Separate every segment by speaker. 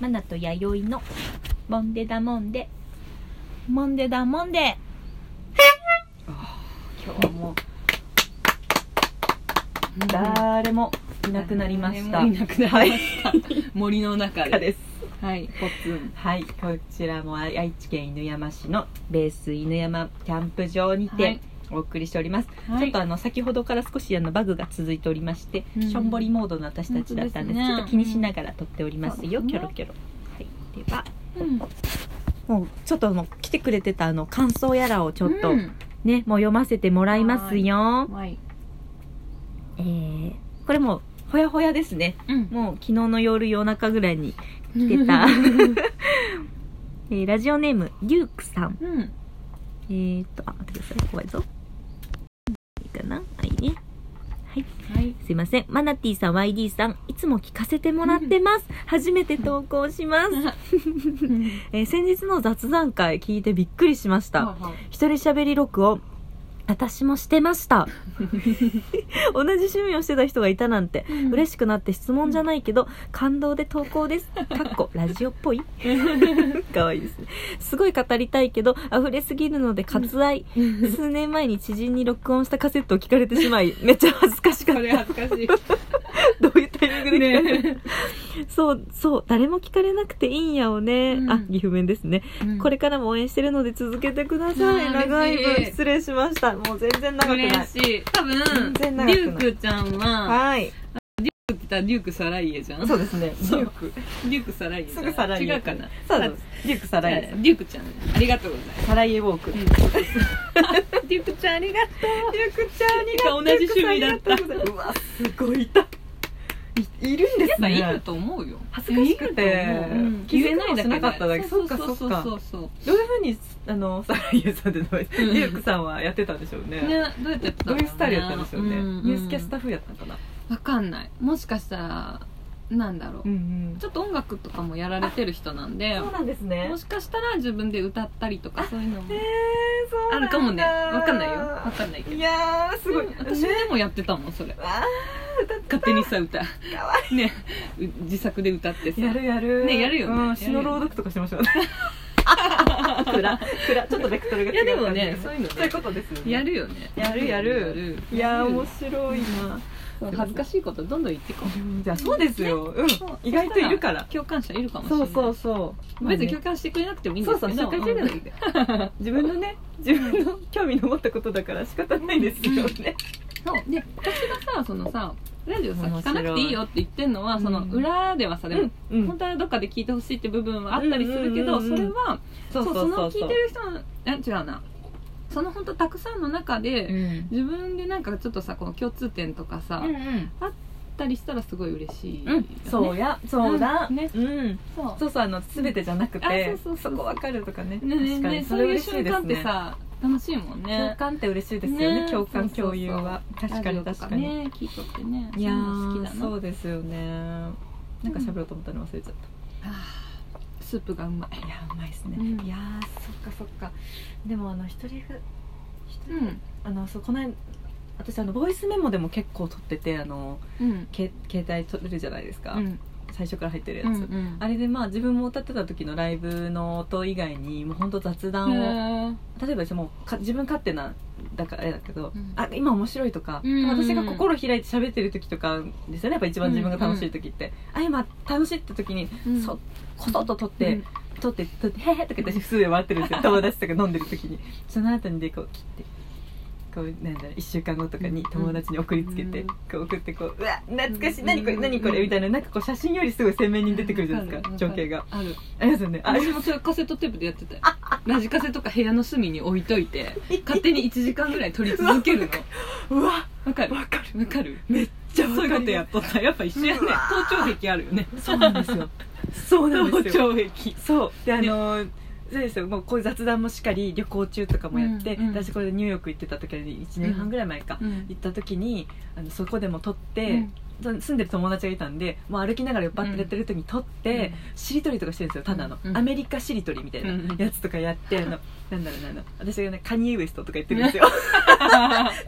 Speaker 1: マナと弥生のモンデダモンデモンデダモンデ今日も誰もいなくなりました
Speaker 2: いなくなりました。森の中
Speaker 1: 中
Speaker 2: で。
Speaker 1: です
Speaker 2: はい、ポツン。
Speaker 1: はいこちらも愛知県犬山市のベース犬山キャンプ場に
Speaker 2: は
Speaker 1: て
Speaker 2: い
Speaker 1: お送りしております、
Speaker 2: はい
Speaker 1: ちょっとあの先ほどから少しあのバグが続いておりまして、
Speaker 2: うん
Speaker 1: しょんぼりモードの私たちだったんです
Speaker 2: 本当ですね
Speaker 1: ちょっと気にしながら撮っておりますよ、
Speaker 2: うん
Speaker 1: キョロキョロ、はい、では
Speaker 2: うん、
Speaker 1: もうちょっともう来てくれてたあの感想やらをち
Speaker 2: ち
Speaker 1: ょっと、ねもう読ませてもらいますよ、
Speaker 2: はい。
Speaker 1: えー、これもうほやほやですね
Speaker 2: うん、
Speaker 1: もう昨日の夜夜中ぐらいに来てた えーラジオネームリュークさん
Speaker 2: うん、
Speaker 1: えー、っとあ待ってください怖いぞいいかなはいね
Speaker 2: はい。
Speaker 1: すいませんマナティさん YD さんいつも聞かせてもらってます初めて投稿します、えー先日の雑談会聞いてびっくりしました、一人喋り録を私もしてました 同じ趣味をしてた人がいたなんて嬉
Speaker 2: し
Speaker 1: しくなって質問じゃないけど感動で投稿ですかっこラジオっぽい かわいいですねすごい語りたいけど溢れすぎるので割愛、
Speaker 2: い。
Speaker 1: 数年前に知人に録音したカセットを聞かれてしまいめっちゃ恥ずかしか
Speaker 2: こ
Speaker 1: っ
Speaker 2: れ恥ずかしい。
Speaker 1: たどういうタイミングで聞かれた、
Speaker 2: ね
Speaker 1: そうそう誰も聞かれなくていいんやをね、
Speaker 2: うん
Speaker 1: あ岐阜弁ですねこれからも応援してるので続けてください。
Speaker 2: うん
Speaker 1: 長い分
Speaker 2: 嬉しい
Speaker 1: 失礼しました。もう全然長くない。
Speaker 2: 嬉しい。多分、
Speaker 1: 全然長くない
Speaker 2: リュウクちゃんは、
Speaker 1: はい。
Speaker 2: リュウクって言ったらリュウクサライエじゃん。
Speaker 1: そうですね。
Speaker 2: そう
Speaker 1: リューク。
Speaker 2: リュウクサライエじゃん。
Speaker 1: すぐサライエ
Speaker 2: 違うかな。
Speaker 1: そうです。リュークサ
Speaker 2: サ
Speaker 1: ラ
Speaker 2: ラ
Speaker 1: イ
Speaker 2: イ
Speaker 1: エ
Speaker 2: エ。。リュウクちゃん、ありがとうございま す。
Speaker 1: サライエウォーク。
Speaker 2: う
Speaker 1: リ
Speaker 2: んリュウクちゃんありがと
Speaker 1: ュークちゃんに
Speaker 2: 同じ趣味だった
Speaker 1: うわ、すごいいた。いいるんで
Speaker 2: う。やっ
Speaker 1: す
Speaker 2: ぱい
Speaker 1: ね
Speaker 2: る。と思うよ。
Speaker 1: 恥ずかしくて
Speaker 2: うん
Speaker 1: 気づくもしなかっただけ
Speaker 2: そうそう
Speaker 1: そっかそ
Speaker 2: そうそう
Speaker 1: どういうふうに、あの、サライエさんでの、リュークさんはやってたんでしょう
Speaker 2: そう。
Speaker 1: ね。
Speaker 2: ね、どうやってやってた
Speaker 1: ど
Speaker 2: の
Speaker 1: ういうスタイルやったんでしょうね。
Speaker 2: んん
Speaker 1: ニュースキャスター風やったのかな。
Speaker 2: わかんない。もしかしたら、なんだろう。
Speaker 1: ん
Speaker 2: ちょっと音楽とかもやられてる人なんで
Speaker 1: そう、なんですね
Speaker 2: も。しかしたら自分で歌ったりとかそういうのも
Speaker 1: えー、そうなん
Speaker 2: あ
Speaker 1: だ
Speaker 2: るかもね。わかんないよ。わかんないけど
Speaker 1: い。やーすごい、
Speaker 2: うん私でもやってたもん、それ。
Speaker 1: あー歌っ
Speaker 2: 勝手にさ、歌。
Speaker 1: てかわい
Speaker 2: ね、う自作で歌ってさ。
Speaker 1: いやるやる
Speaker 2: ねやるよね
Speaker 1: うん詩の朗読とかしてましたよね 暗暗ちょっとベクトルが違う
Speaker 2: いやでもね
Speaker 1: 感じ
Speaker 2: そういうのね
Speaker 1: そういうことですよね
Speaker 2: やるよね。
Speaker 1: やるやるいやー面白いな
Speaker 2: そう恥ずかしいことどんどん言ってこう。
Speaker 1: じゃあそうですよ、うん
Speaker 2: そう
Speaker 1: 意外といるから
Speaker 2: 共感者いるかもしれ
Speaker 1: そ
Speaker 2: ないう
Speaker 1: そうそう
Speaker 2: 別に
Speaker 1: まあ
Speaker 2: 共
Speaker 1: ね
Speaker 2: 感してくれなくてもいいんで
Speaker 1: そう
Speaker 2: す
Speaker 1: そう
Speaker 2: けど
Speaker 1: 紹介中でもいいんで自分のね自分の興味の持ったことだから仕方ないですよね、
Speaker 2: そうで私がさそのさラジオさ
Speaker 1: 面白い
Speaker 2: 聞かなくていいよって言ってんのはその
Speaker 1: うん
Speaker 2: 裏ではさでも、
Speaker 1: うんうん
Speaker 2: 本当はどっかで聞いてほしいって部分はあったりするけど、
Speaker 1: うんうんうんうん
Speaker 2: それは
Speaker 1: そうそう
Speaker 2: そ
Speaker 1: そう
Speaker 2: の
Speaker 1: う
Speaker 2: 聞いてる人のあ違うなその本当たくさんの中で、
Speaker 1: うん
Speaker 2: 自分でなんかちょっとさこの共通点とかさ、
Speaker 1: う
Speaker 2: あっ
Speaker 1: ん
Speaker 2: たりしたらすごい嬉しい、
Speaker 1: うん、そう
Speaker 2: ね
Speaker 1: や、そうだ、
Speaker 2: うんね
Speaker 1: うん、
Speaker 2: そう
Speaker 1: そうそうあの全てじゃなくて
Speaker 2: あ、そうそうそう
Speaker 1: こわかるとかね、
Speaker 2: ねね
Speaker 1: 確かに
Speaker 2: ね
Speaker 1: そ
Speaker 2: そ
Speaker 1: れ
Speaker 2: ういう
Speaker 1: 嬉しい
Speaker 2: 瞬
Speaker 1: です
Speaker 2: 間って
Speaker 1: ね。
Speaker 2: さ楽しいもん
Speaker 1: 共
Speaker 2: ね
Speaker 1: 感って嬉しいですよね。
Speaker 2: ね
Speaker 1: 共感
Speaker 2: そうそうそう
Speaker 1: 共有は確かに確かに。
Speaker 2: ラジオとね聞いとってね
Speaker 1: いや
Speaker 2: そういうの好
Speaker 1: ー
Speaker 2: きだ
Speaker 1: そ
Speaker 2: な
Speaker 1: うですよね。なんか喋ろうと思ったの忘れちゃった。
Speaker 2: あースープがうまい
Speaker 1: いやーうまいですね。
Speaker 2: うん
Speaker 1: いやーそっかそっか。でもあの一人が一人
Speaker 2: うん
Speaker 1: あのそうこの間私あのボイスメモでも結構撮っててあの
Speaker 2: うん
Speaker 1: け携帯撮れるじゃないですか。
Speaker 2: うん
Speaker 1: 最初から入ってるや
Speaker 2: う
Speaker 1: つ。
Speaker 2: んうん
Speaker 1: あれでまあ自分も歌ってた時のライブの音以外にもう本当雑
Speaker 2: う
Speaker 1: 談を、
Speaker 2: ん
Speaker 1: 例えばじゃあもうか自分勝手なだからあれだけど、
Speaker 2: うん
Speaker 1: あ今面白いとか、
Speaker 2: うん
Speaker 1: 私が心開いて喋ってる時とかですよねやっぱ一番自分が楽しい時って、あ今楽しいって時に、
Speaker 2: うん
Speaker 1: そこそっと撮っ
Speaker 2: う
Speaker 1: て、
Speaker 2: ん
Speaker 1: 撮って撮って「へへ」とか私普通で笑ってるん ですよ友達とか飲んでる時にその後にでこう切って。こうなんだろう1週間後とかに友達に送りつけて、
Speaker 2: うん
Speaker 1: こう送ってこう「うわ懐かしい
Speaker 2: うん
Speaker 1: 何これ何これ」みたいななんかこう写真よりすごい鮮明に出てくるじゃないですか
Speaker 2: わる
Speaker 1: 情景が
Speaker 2: ある
Speaker 1: ありますよねあ
Speaker 2: 私もそれカセットテープでやってたよラジカセとか部屋の隅に置いといて勝手に1時間ぐらい撮り続けるの
Speaker 1: うわ
Speaker 2: わかる
Speaker 1: わかる
Speaker 2: わかる
Speaker 1: めっちゃ
Speaker 2: そう
Speaker 1: わ
Speaker 2: いう
Speaker 1: か
Speaker 2: こと
Speaker 1: る
Speaker 2: やっとったやっぱ一緒やね
Speaker 1: うわ
Speaker 2: 盗聴癖あるよね
Speaker 1: そうなんですよそうなんですよ
Speaker 2: 盗聴癖
Speaker 1: そうであのーそうですよもうこういう雑談もしっかり旅行中とかもやって、
Speaker 2: うんうん
Speaker 1: 私これニューヨーク行ってた時に1年半ぐらい前か、行った時にあのそこでも撮って、住んでる友達がいたんでもう歩きながらバッてやってる時に撮って、しりとりとかしてるんですよただの、
Speaker 2: うん
Speaker 1: アメリカしりとりみたいな
Speaker 2: うん
Speaker 1: やつとかやって、 あのなんだろうなあの私がねカニエウエストとか言ってるんですよ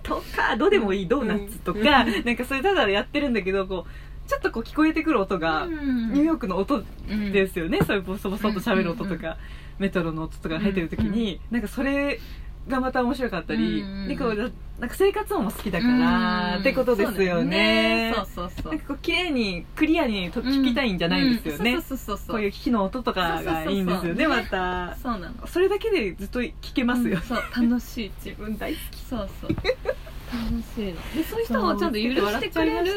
Speaker 1: とかどうでもいいドーナツとか、
Speaker 2: うん
Speaker 1: なんかそれただやってるんだけどこうちょっとこう聞こえてくる音が、ニューヨークの音
Speaker 2: うん
Speaker 1: ですよね、そういうボソボソと喋る音とか、メトロの音とかが入ってる時に、なんかそれがまた面白かったり、
Speaker 2: うん
Speaker 1: でこうなんか生活音も好きだから、
Speaker 2: うん
Speaker 1: ってことですよね
Speaker 2: そうだよねそうそう
Speaker 1: な
Speaker 2: そ
Speaker 1: ん
Speaker 2: う
Speaker 1: かこう綺麗にクリアにと聞きたいんじゃないんですよね、
Speaker 2: うんうんそうそうそうそう
Speaker 1: こういう火の音とかがいいんですよね
Speaker 2: そうそう
Speaker 1: ま
Speaker 2: そう
Speaker 1: た
Speaker 2: そうなの
Speaker 1: それだけでずっと聞けますよ、
Speaker 2: うんそう楽しい自分
Speaker 1: 分大好
Speaker 2: そうそう楽しいのでそういう人をちゃんと許してくれる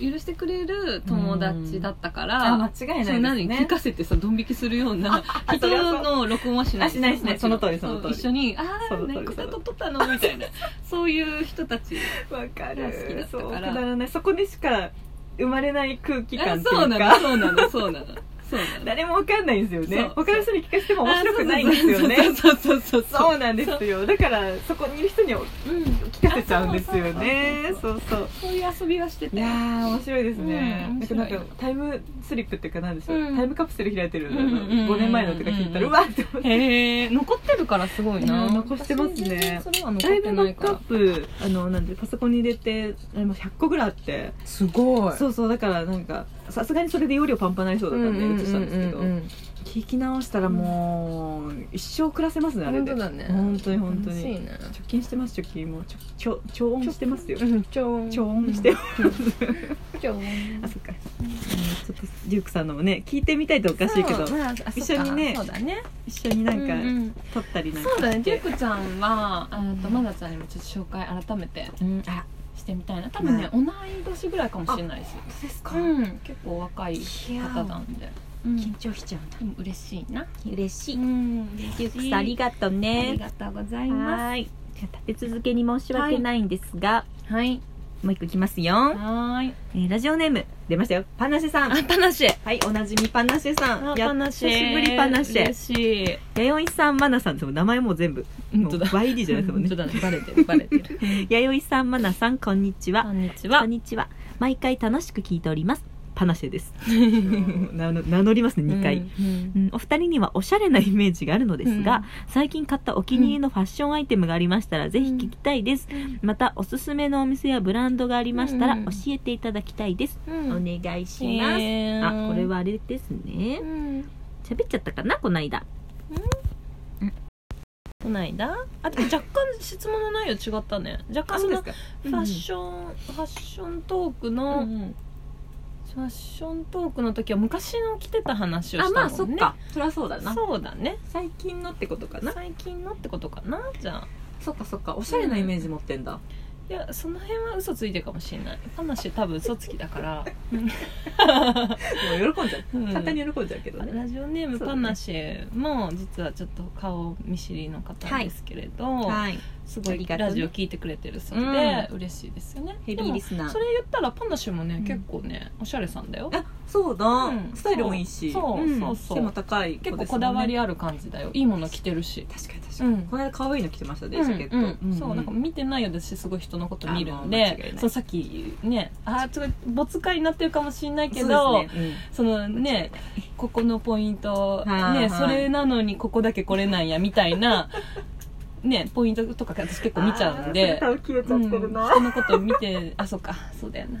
Speaker 2: 許してくれる友達だったから、
Speaker 1: あ間違い
Speaker 2: そう
Speaker 1: な
Speaker 2: 何
Speaker 1: いです
Speaker 2: 聞
Speaker 1: ね
Speaker 2: かせてさドン引きするような
Speaker 1: あ
Speaker 2: 人
Speaker 1: それはそう
Speaker 2: の録音はしない
Speaker 1: あしないしない
Speaker 2: もち
Speaker 1: そ
Speaker 2: ろ
Speaker 1: の
Speaker 2: ん
Speaker 1: 通りその通り
Speaker 2: そう一緒に「ああ
Speaker 1: その通り
Speaker 2: 何か
Speaker 1: その通り
Speaker 2: と撮ったの?」みたいなそういう人たち
Speaker 1: わか
Speaker 2: が好きだ
Speaker 1: る
Speaker 2: った
Speaker 1: そう
Speaker 2: から
Speaker 1: くだらないそこでしか生まれない空気感って
Speaker 2: あそう
Speaker 1: いう
Speaker 2: なの
Speaker 1: か
Speaker 2: そうなのそうなのそうなの
Speaker 1: 誰もわかんないんですよ
Speaker 2: そ
Speaker 1: ね
Speaker 2: う
Speaker 1: 他の人に聞かせても面白くないんですよね
Speaker 2: そうそうそうそう
Speaker 1: そうなんですよだからそこにいる人に
Speaker 2: う、うん、
Speaker 1: 聞かせちゃうんですよね
Speaker 2: そ
Speaker 1: そううそう
Speaker 2: そういう遊びはして
Speaker 1: い
Speaker 2: て
Speaker 1: やー面白いですね、
Speaker 2: うん面白い
Speaker 1: なんかなんかタイムスリップっていうかなんでしょう、
Speaker 2: うん
Speaker 1: タイムカプセル開いてる、
Speaker 2: うんうんうん
Speaker 1: 5年前のとか聞いたら、
Speaker 2: う
Speaker 1: うんわーって思って
Speaker 2: へえ残ってるからすごいな
Speaker 1: うん残してますね
Speaker 2: 私全然それは
Speaker 1: だ
Speaker 2: 残
Speaker 1: いぶ
Speaker 2: って
Speaker 1: バ
Speaker 2: な
Speaker 1: ッ
Speaker 2: い
Speaker 1: ク
Speaker 2: か
Speaker 1: アッ
Speaker 2: ら
Speaker 1: プあのなんでパソコンに入れてあれもう100個ぐらいあって、
Speaker 2: すご
Speaker 1: そうそうだからなんかさすがにそれで容量パンパンになりそうだったんで映したんですけど、聞き直したらもう、一生暮らせますねあれ
Speaker 2: 本
Speaker 1: で
Speaker 2: 当だね
Speaker 1: 本当に本当
Speaker 2: 楽しい
Speaker 1: に
Speaker 2: ね
Speaker 1: 貯金してます貯金もうちょちょ超音してますよ
Speaker 2: うん超音
Speaker 1: 超音してます、
Speaker 2: 超音
Speaker 1: あそっか、うんちょっとリュックさんのもね聞いてみたいとおかしいけど
Speaker 2: そうまああそっか
Speaker 1: 一緒にね
Speaker 2: そうだね
Speaker 1: 一緒になんか、
Speaker 2: ううん
Speaker 1: 撮ったりなんか
Speaker 2: そうだね
Speaker 1: して
Speaker 2: りゅうこちゃんはあと
Speaker 1: うん
Speaker 2: まなちゃんにもちょっと紹介改めて
Speaker 1: うんあ
Speaker 2: してみたいな多分ね同い年ぐらいかもしれないし
Speaker 1: そうですか、
Speaker 2: うん結構若い
Speaker 1: いや
Speaker 2: 方
Speaker 1: ー
Speaker 2: なんでうんで
Speaker 1: 緊張しちゃうんだ
Speaker 2: も嬉しいな
Speaker 1: 嬉しい、
Speaker 2: ん嬉しい
Speaker 1: ありがとう
Speaker 2: あり
Speaker 1: ね
Speaker 2: がとうございま
Speaker 1: はいじゃあ立て続けに申し訳ないんですが、
Speaker 2: すはい
Speaker 1: もう一個いきます
Speaker 2: は
Speaker 1: よ、
Speaker 2: ーい
Speaker 1: えーラジオネーム出ましたよパンナシェさん
Speaker 2: あパナシェ
Speaker 1: はいおなじみパンナシェさんや
Speaker 2: パナシェ
Speaker 1: 久しぶりパンナシェ
Speaker 2: 嬉しい
Speaker 1: 弥生さんマナさんでも名前もう全部
Speaker 2: 本当だ
Speaker 1: もう YD じゃないですもんね
Speaker 2: 本当だねバレてるバレてる
Speaker 1: 弥生さんマナさんこんにち
Speaker 2: こ
Speaker 1: は
Speaker 2: んにち
Speaker 1: こ
Speaker 2: は
Speaker 1: んにちは毎回楽しく聞いておりますパナシェです 名乗名乗りますね2回、
Speaker 2: うん
Speaker 1: うんお二人にはおしゃれなイメージがあるのですが、最近買ったお気に入りのファッションアイテムがありましたら、ぜひ聞きたいです、
Speaker 2: うん
Speaker 1: またおすすめのお店やブランドがありましたら
Speaker 2: うん
Speaker 1: 教えていただきたいです、
Speaker 2: うん
Speaker 1: お願いします、
Speaker 2: えー
Speaker 1: あこれはあれですね
Speaker 2: うん
Speaker 1: 喋っちゃったかなこの間
Speaker 2: こないだあでも若干質問の内容違ったね若干そのフ
Speaker 1: か
Speaker 2: ァッション、ファッショントークの、ファッショントークの時は昔の着てた話をしたもんね
Speaker 1: そりゃそう
Speaker 2: そうだね
Speaker 1: 最近のってことか
Speaker 2: 最近のってことかなじゃあ
Speaker 1: そっかそっかおし
Speaker 2: ゃれなイメー
Speaker 1: ジ持ってんだ
Speaker 2: いやその辺は嘘ついてるかもしれない話多分嘘つき だから
Speaker 1: もう喜んじゃう
Speaker 2: うん
Speaker 1: 簡単に喜んじゃうけどね、
Speaker 2: ラジオネーム
Speaker 1: そう
Speaker 2: パ
Speaker 1: だね
Speaker 2: ナシェも実はちょっと顔見知りの方ですけれど、
Speaker 1: い
Speaker 2: すご
Speaker 1: あ
Speaker 2: い
Speaker 1: りがとうね
Speaker 2: ラジオ聞いてくれてるそうで、嬉しいですよね
Speaker 1: ヘビーリス
Speaker 2: で
Speaker 1: ナ
Speaker 2: も
Speaker 1: ー
Speaker 2: それ言ったらパナシェもね、
Speaker 1: うん
Speaker 2: 結構ねおしゃれさんだよ
Speaker 1: あそうだ、
Speaker 2: うん
Speaker 1: スタイルもいいし
Speaker 2: そうそうそう
Speaker 1: 背も高い子ですも
Speaker 2: 結
Speaker 1: んね、
Speaker 2: 構こだわりある感じだよいいもの着てるし
Speaker 1: 確かに確か
Speaker 2: う
Speaker 1: に、
Speaker 2: ん
Speaker 1: この間可愛いの着てましたね、ジャケット、
Speaker 2: うんうんそうなんか
Speaker 1: うん
Speaker 2: 見てないようだしすごい人のこと見るん
Speaker 1: あもう間違い
Speaker 2: で
Speaker 1: ない
Speaker 2: そうさっきねあーちょっと没回になってるかもしれないけ
Speaker 1: そ
Speaker 2: ど
Speaker 1: うですね
Speaker 2: そ のねここのポイント、
Speaker 1: いはい
Speaker 2: ね、それなのにここだけこれなんやみた いな、ね、ポイントとか私結
Speaker 1: う
Speaker 2: 構
Speaker 1: ん
Speaker 2: 見ちゃうんで
Speaker 1: あーそれ多分消えちゃってる
Speaker 2: うん
Speaker 1: な、
Speaker 2: 人のこと見てあそうかそうだよ な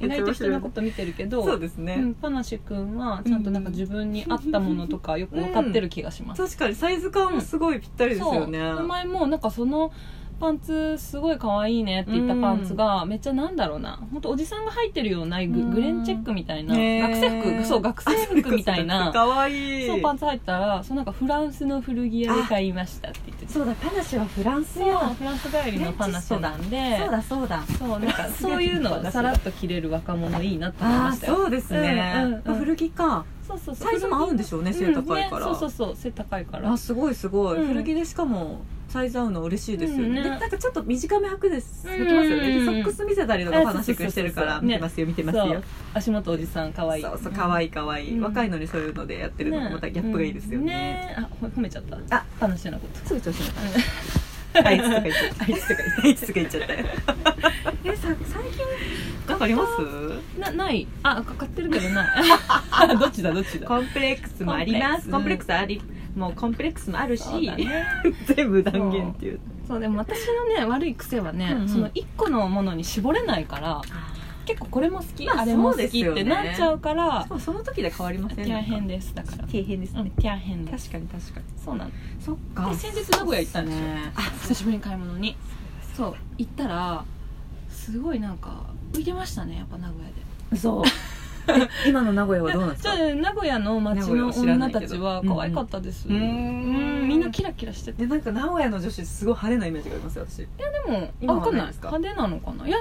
Speaker 2: 意外と人のこと見てるけど
Speaker 1: そうですね、
Speaker 2: うん、パナシ君はちゃんとなんか自分に合ったものとかよく分かってる気がします、
Speaker 1: 確かにサイズ感もすごいぴったりですよね、
Speaker 2: そう前もなんかそのパンツすごい可愛いねって言ったパンツが、めっちゃなんだろうな本当おじさんが履いてるようなグ,、
Speaker 1: うん
Speaker 2: レンチェックみたいな
Speaker 1: ねえ
Speaker 2: 学生服そう学生服みた いな
Speaker 1: かわいい
Speaker 2: そうパンツ履いたらそうなんかフランスの古着屋で買いましたって言ってて
Speaker 1: そうだパナシはフランス
Speaker 2: そうフランス帰りのパナシェなんで
Speaker 1: そうだそうだ
Speaker 2: そうなんかそういうのをさらっと着れる若者いいなって思いま
Speaker 1: あ
Speaker 2: した
Speaker 1: ー
Speaker 2: よ
Speaker 1: そうですね、
Speaker 2: うんうんうん
Speaker 1: あ古着か
Speaker 2: そうそうそう
Speaker 1: サイズも合うんでしょうね背高いから、
Speaker 2: うんねそうそうそう背高いから
Speaker 1: あすごいすごい、
Speaker 2: うん
Speaker 1: 古着でしかもサイズ合うの嬉しいですよね,
Speaker 2: うん
Speaker 1: で、
Speaker 2: ね
Speaker 1: なんかちょっと短め履くです、
Speaker 2: うん
Speaker 1: 履きますよね
Speaker 2: う
Speaker 1: で
Speaker 2: ん
Speaker 1: ソックス見せたりとか
Speaker 2: あ
Speaker 1: 話しくしてるから
Speaker 2: そうそうそうそうね
Speaker 1: 見てますよ見てます
Speaker 2: そ
Speaker 1: よ
Speaker 2: う足元おじさん可愛い
Speaker 1: そうそうかわいいかわいい、
Speaker 2: うん
Speaker 1: 若いのにそういうのでやってるのもまたギャップがいいですよね,、
Speaker 2: ねあほ褒めちゃった
Speaker 1: あ
Speaker 2: 楽しいなこ
Speaker 1: すぐ調子乗っ
Speaker 2: と
Speaker 1: たあいつとか言っちゃった
Speaker 2: あいつとか
Speaker 1: あいつとか言っちゃったよ
Speaker 2: えさ最近
Speaker 1: なんかあります
Speaker 2: なないあか買ってるけどない あどっちだどっちだ
Speaker 1: コンプレックスもあります
Speaker 2: コ
Speaker 1: コ
Speaker 2: ン
Speaker 1: ン
Speaker 2: プ
Speaker 1: プレ
Speaker 2: レッ
Speaker 1: ッ
Speaker 2: ク
Speaker 1: クスありもうコンプレックスもあるし、
Speaker 2: そうだね
Speaker 1: 全部断言っていう
Speaker 2: そうでも私のね悪い癖はね、
Speaker 1: うんうん
Speaker 2: その一個のものに絞れないから結構これも好き、
Speaker 1: まあ
Speaker 2: あれも
Speaker 1: そうで
Speaker 2: 好
Speaker 1: す
Speaker 2: きっ
Speaker 1: よね
Speaker 2: てなっちゃうから
Speaker 3: しかもその時で変わりません
Speaker 2: ティア変ですだから
Speaker 1: 大変です
Speaker 2: う
Speaker 1: ね
Speaker 2: ん、ティア変です
Speaker 3: 確かに確かに
Speaker 2: そうなの
Speaker 1: そっか
Speaker 2: で先日名古屋行ったんですよ
Speaker 3: ね
Speaker 2: あ久しぶりに買い物にそう行ったらすごいなんか浮いてましたねやっぱ名古屋で
Speaker 1: そう今の名古屋はどうなんです
Speaker 2: じ
Speaker 1: か
Speaker 2: ゃあ名古屋の街の女たちは可愛かったです
Speaker 1: う
Speaker 2: うん
Speaker 1: ん
Speaker 2: みんなキラキラしてて
Speaker 3: でなんか名古屋の女子すごい派手なイメージがありますよ私
Speaker 2: でも
Speaker 3: 今
Speaker 2: あわかんない
Speaker 3: はないですか
Speaker 2: 派手なのかないや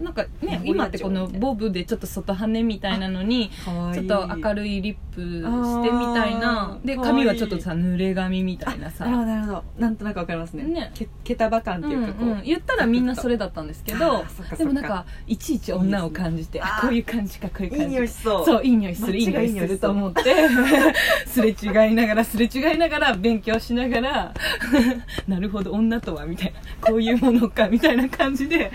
Speaker 2: なんかね
Speaker 3: 名古屋
Speaker 2: 今ってこのボブでちょっと外羽みたいなのに
Speaker 3: 可
Speaker 2: ちょ
Speaker 3: 愛
Speaker 2: っ
Speaker 3: い
Speaker 2: と明るいリップしてみたいな
Speaker 3: あー
Speaker 2: で
Speaker 3: 可愛い
Speaker 2: 髪はちょっとさ濡れ髪みたいなさ
Speaker 3: なるほどなるほどなんとなくわかりますね
Speaker 2: ね
Speaker 3: けけたば感っていうかこう、
Speaker 2: うんうん、言ったらみんなそれだったんですけど
Speaker 3: あーそっかそっか
Speaker 2: でもなんかいちいち女を感じて
Speaker 3: いいですね
Speaker 2: あこういう感じかこうい
Speaker 3: い
Speaker 2: う
Speaker 3: い
Speaker 2: 感じか
Speaker 3: 匂いしそう
Speaker 2: そういい匂いするいい
Speaker 3: 街
Speaker 2: 匂
Speaker 3: が
Speaker 2: い
Speaker 3: いい匂
Speaker 2: す
Speaker 3: いし
Speaker 2: る
Speaker 3: そう
Speaker 2: と思って すれ違いながらすれ違いながら勉強しながら なるほど女とはみたいなこういうものかみたいな感じで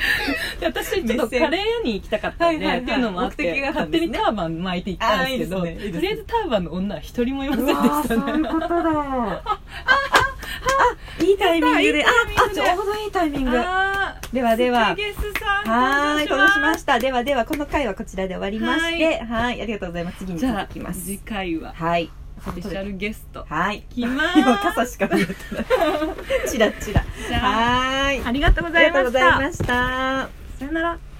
Speaker 2: で私ちょっと
Speaker 3: 目線
Speaker 2: カレー屋に行きたかったんで、
Speaker 3: はいはいはい
Speaker 2: っていうのもあって
Speaker 3: 目的があった
Speaker 2: 勝
Speaker 3: んで
Speaker 2: 手
Speaker 3: すね
Speaker 2: にターバン巻いて行ったんですけど
Speaker 3: あーいいですねいいです
Speaker 2: と
Speaker 3: ね
Speaker 2: りあえずターバンの女は一人もいません
Speaker 1: う
Speaker 2: で
Speaker 1: わ
Speaker 2: し
Speaker 1: ーそういう
Speaker 2: たね
Speaker 1: ことだああいいタイミングでああちょうどいいタイミング
Speaker 2: あー
Speaker 1: ではでは
Speaker 2: ステゲスさん
Speaker 1: はーい、
Speaker 2: 登
Speaker 1: 届
Speaker 2: 場
Speaker 1: きました。ではでは、この回はこちらで終わりまして、はーい、ありがとうございます。次に
Speaker 2: じゃあ
Speaker 1: 続きます。
Speaker 2: 次回は
Speaker 1: はい。
Speaker 2: スペシャルゲスト
Speaker 1: はい。
Speaker 2: 来ま
Speaker 1: 今、
Speaker 2: ー
Speaker 1: 傘しか見えてない。チラチラ。
Speaker 2: すじゃあ
Speaker 1: はーい。
Speaker 2: ありがとうご
Speaker 1: あ
Speaker 2: ざ
Speaker 1: り
Speaker 2: い
Speaker 1: がとうご
Speaker 2: まし
Speaker 1: ざい
Speaker 2: た
Speaker 1: ました。
Speaker 2: さよなら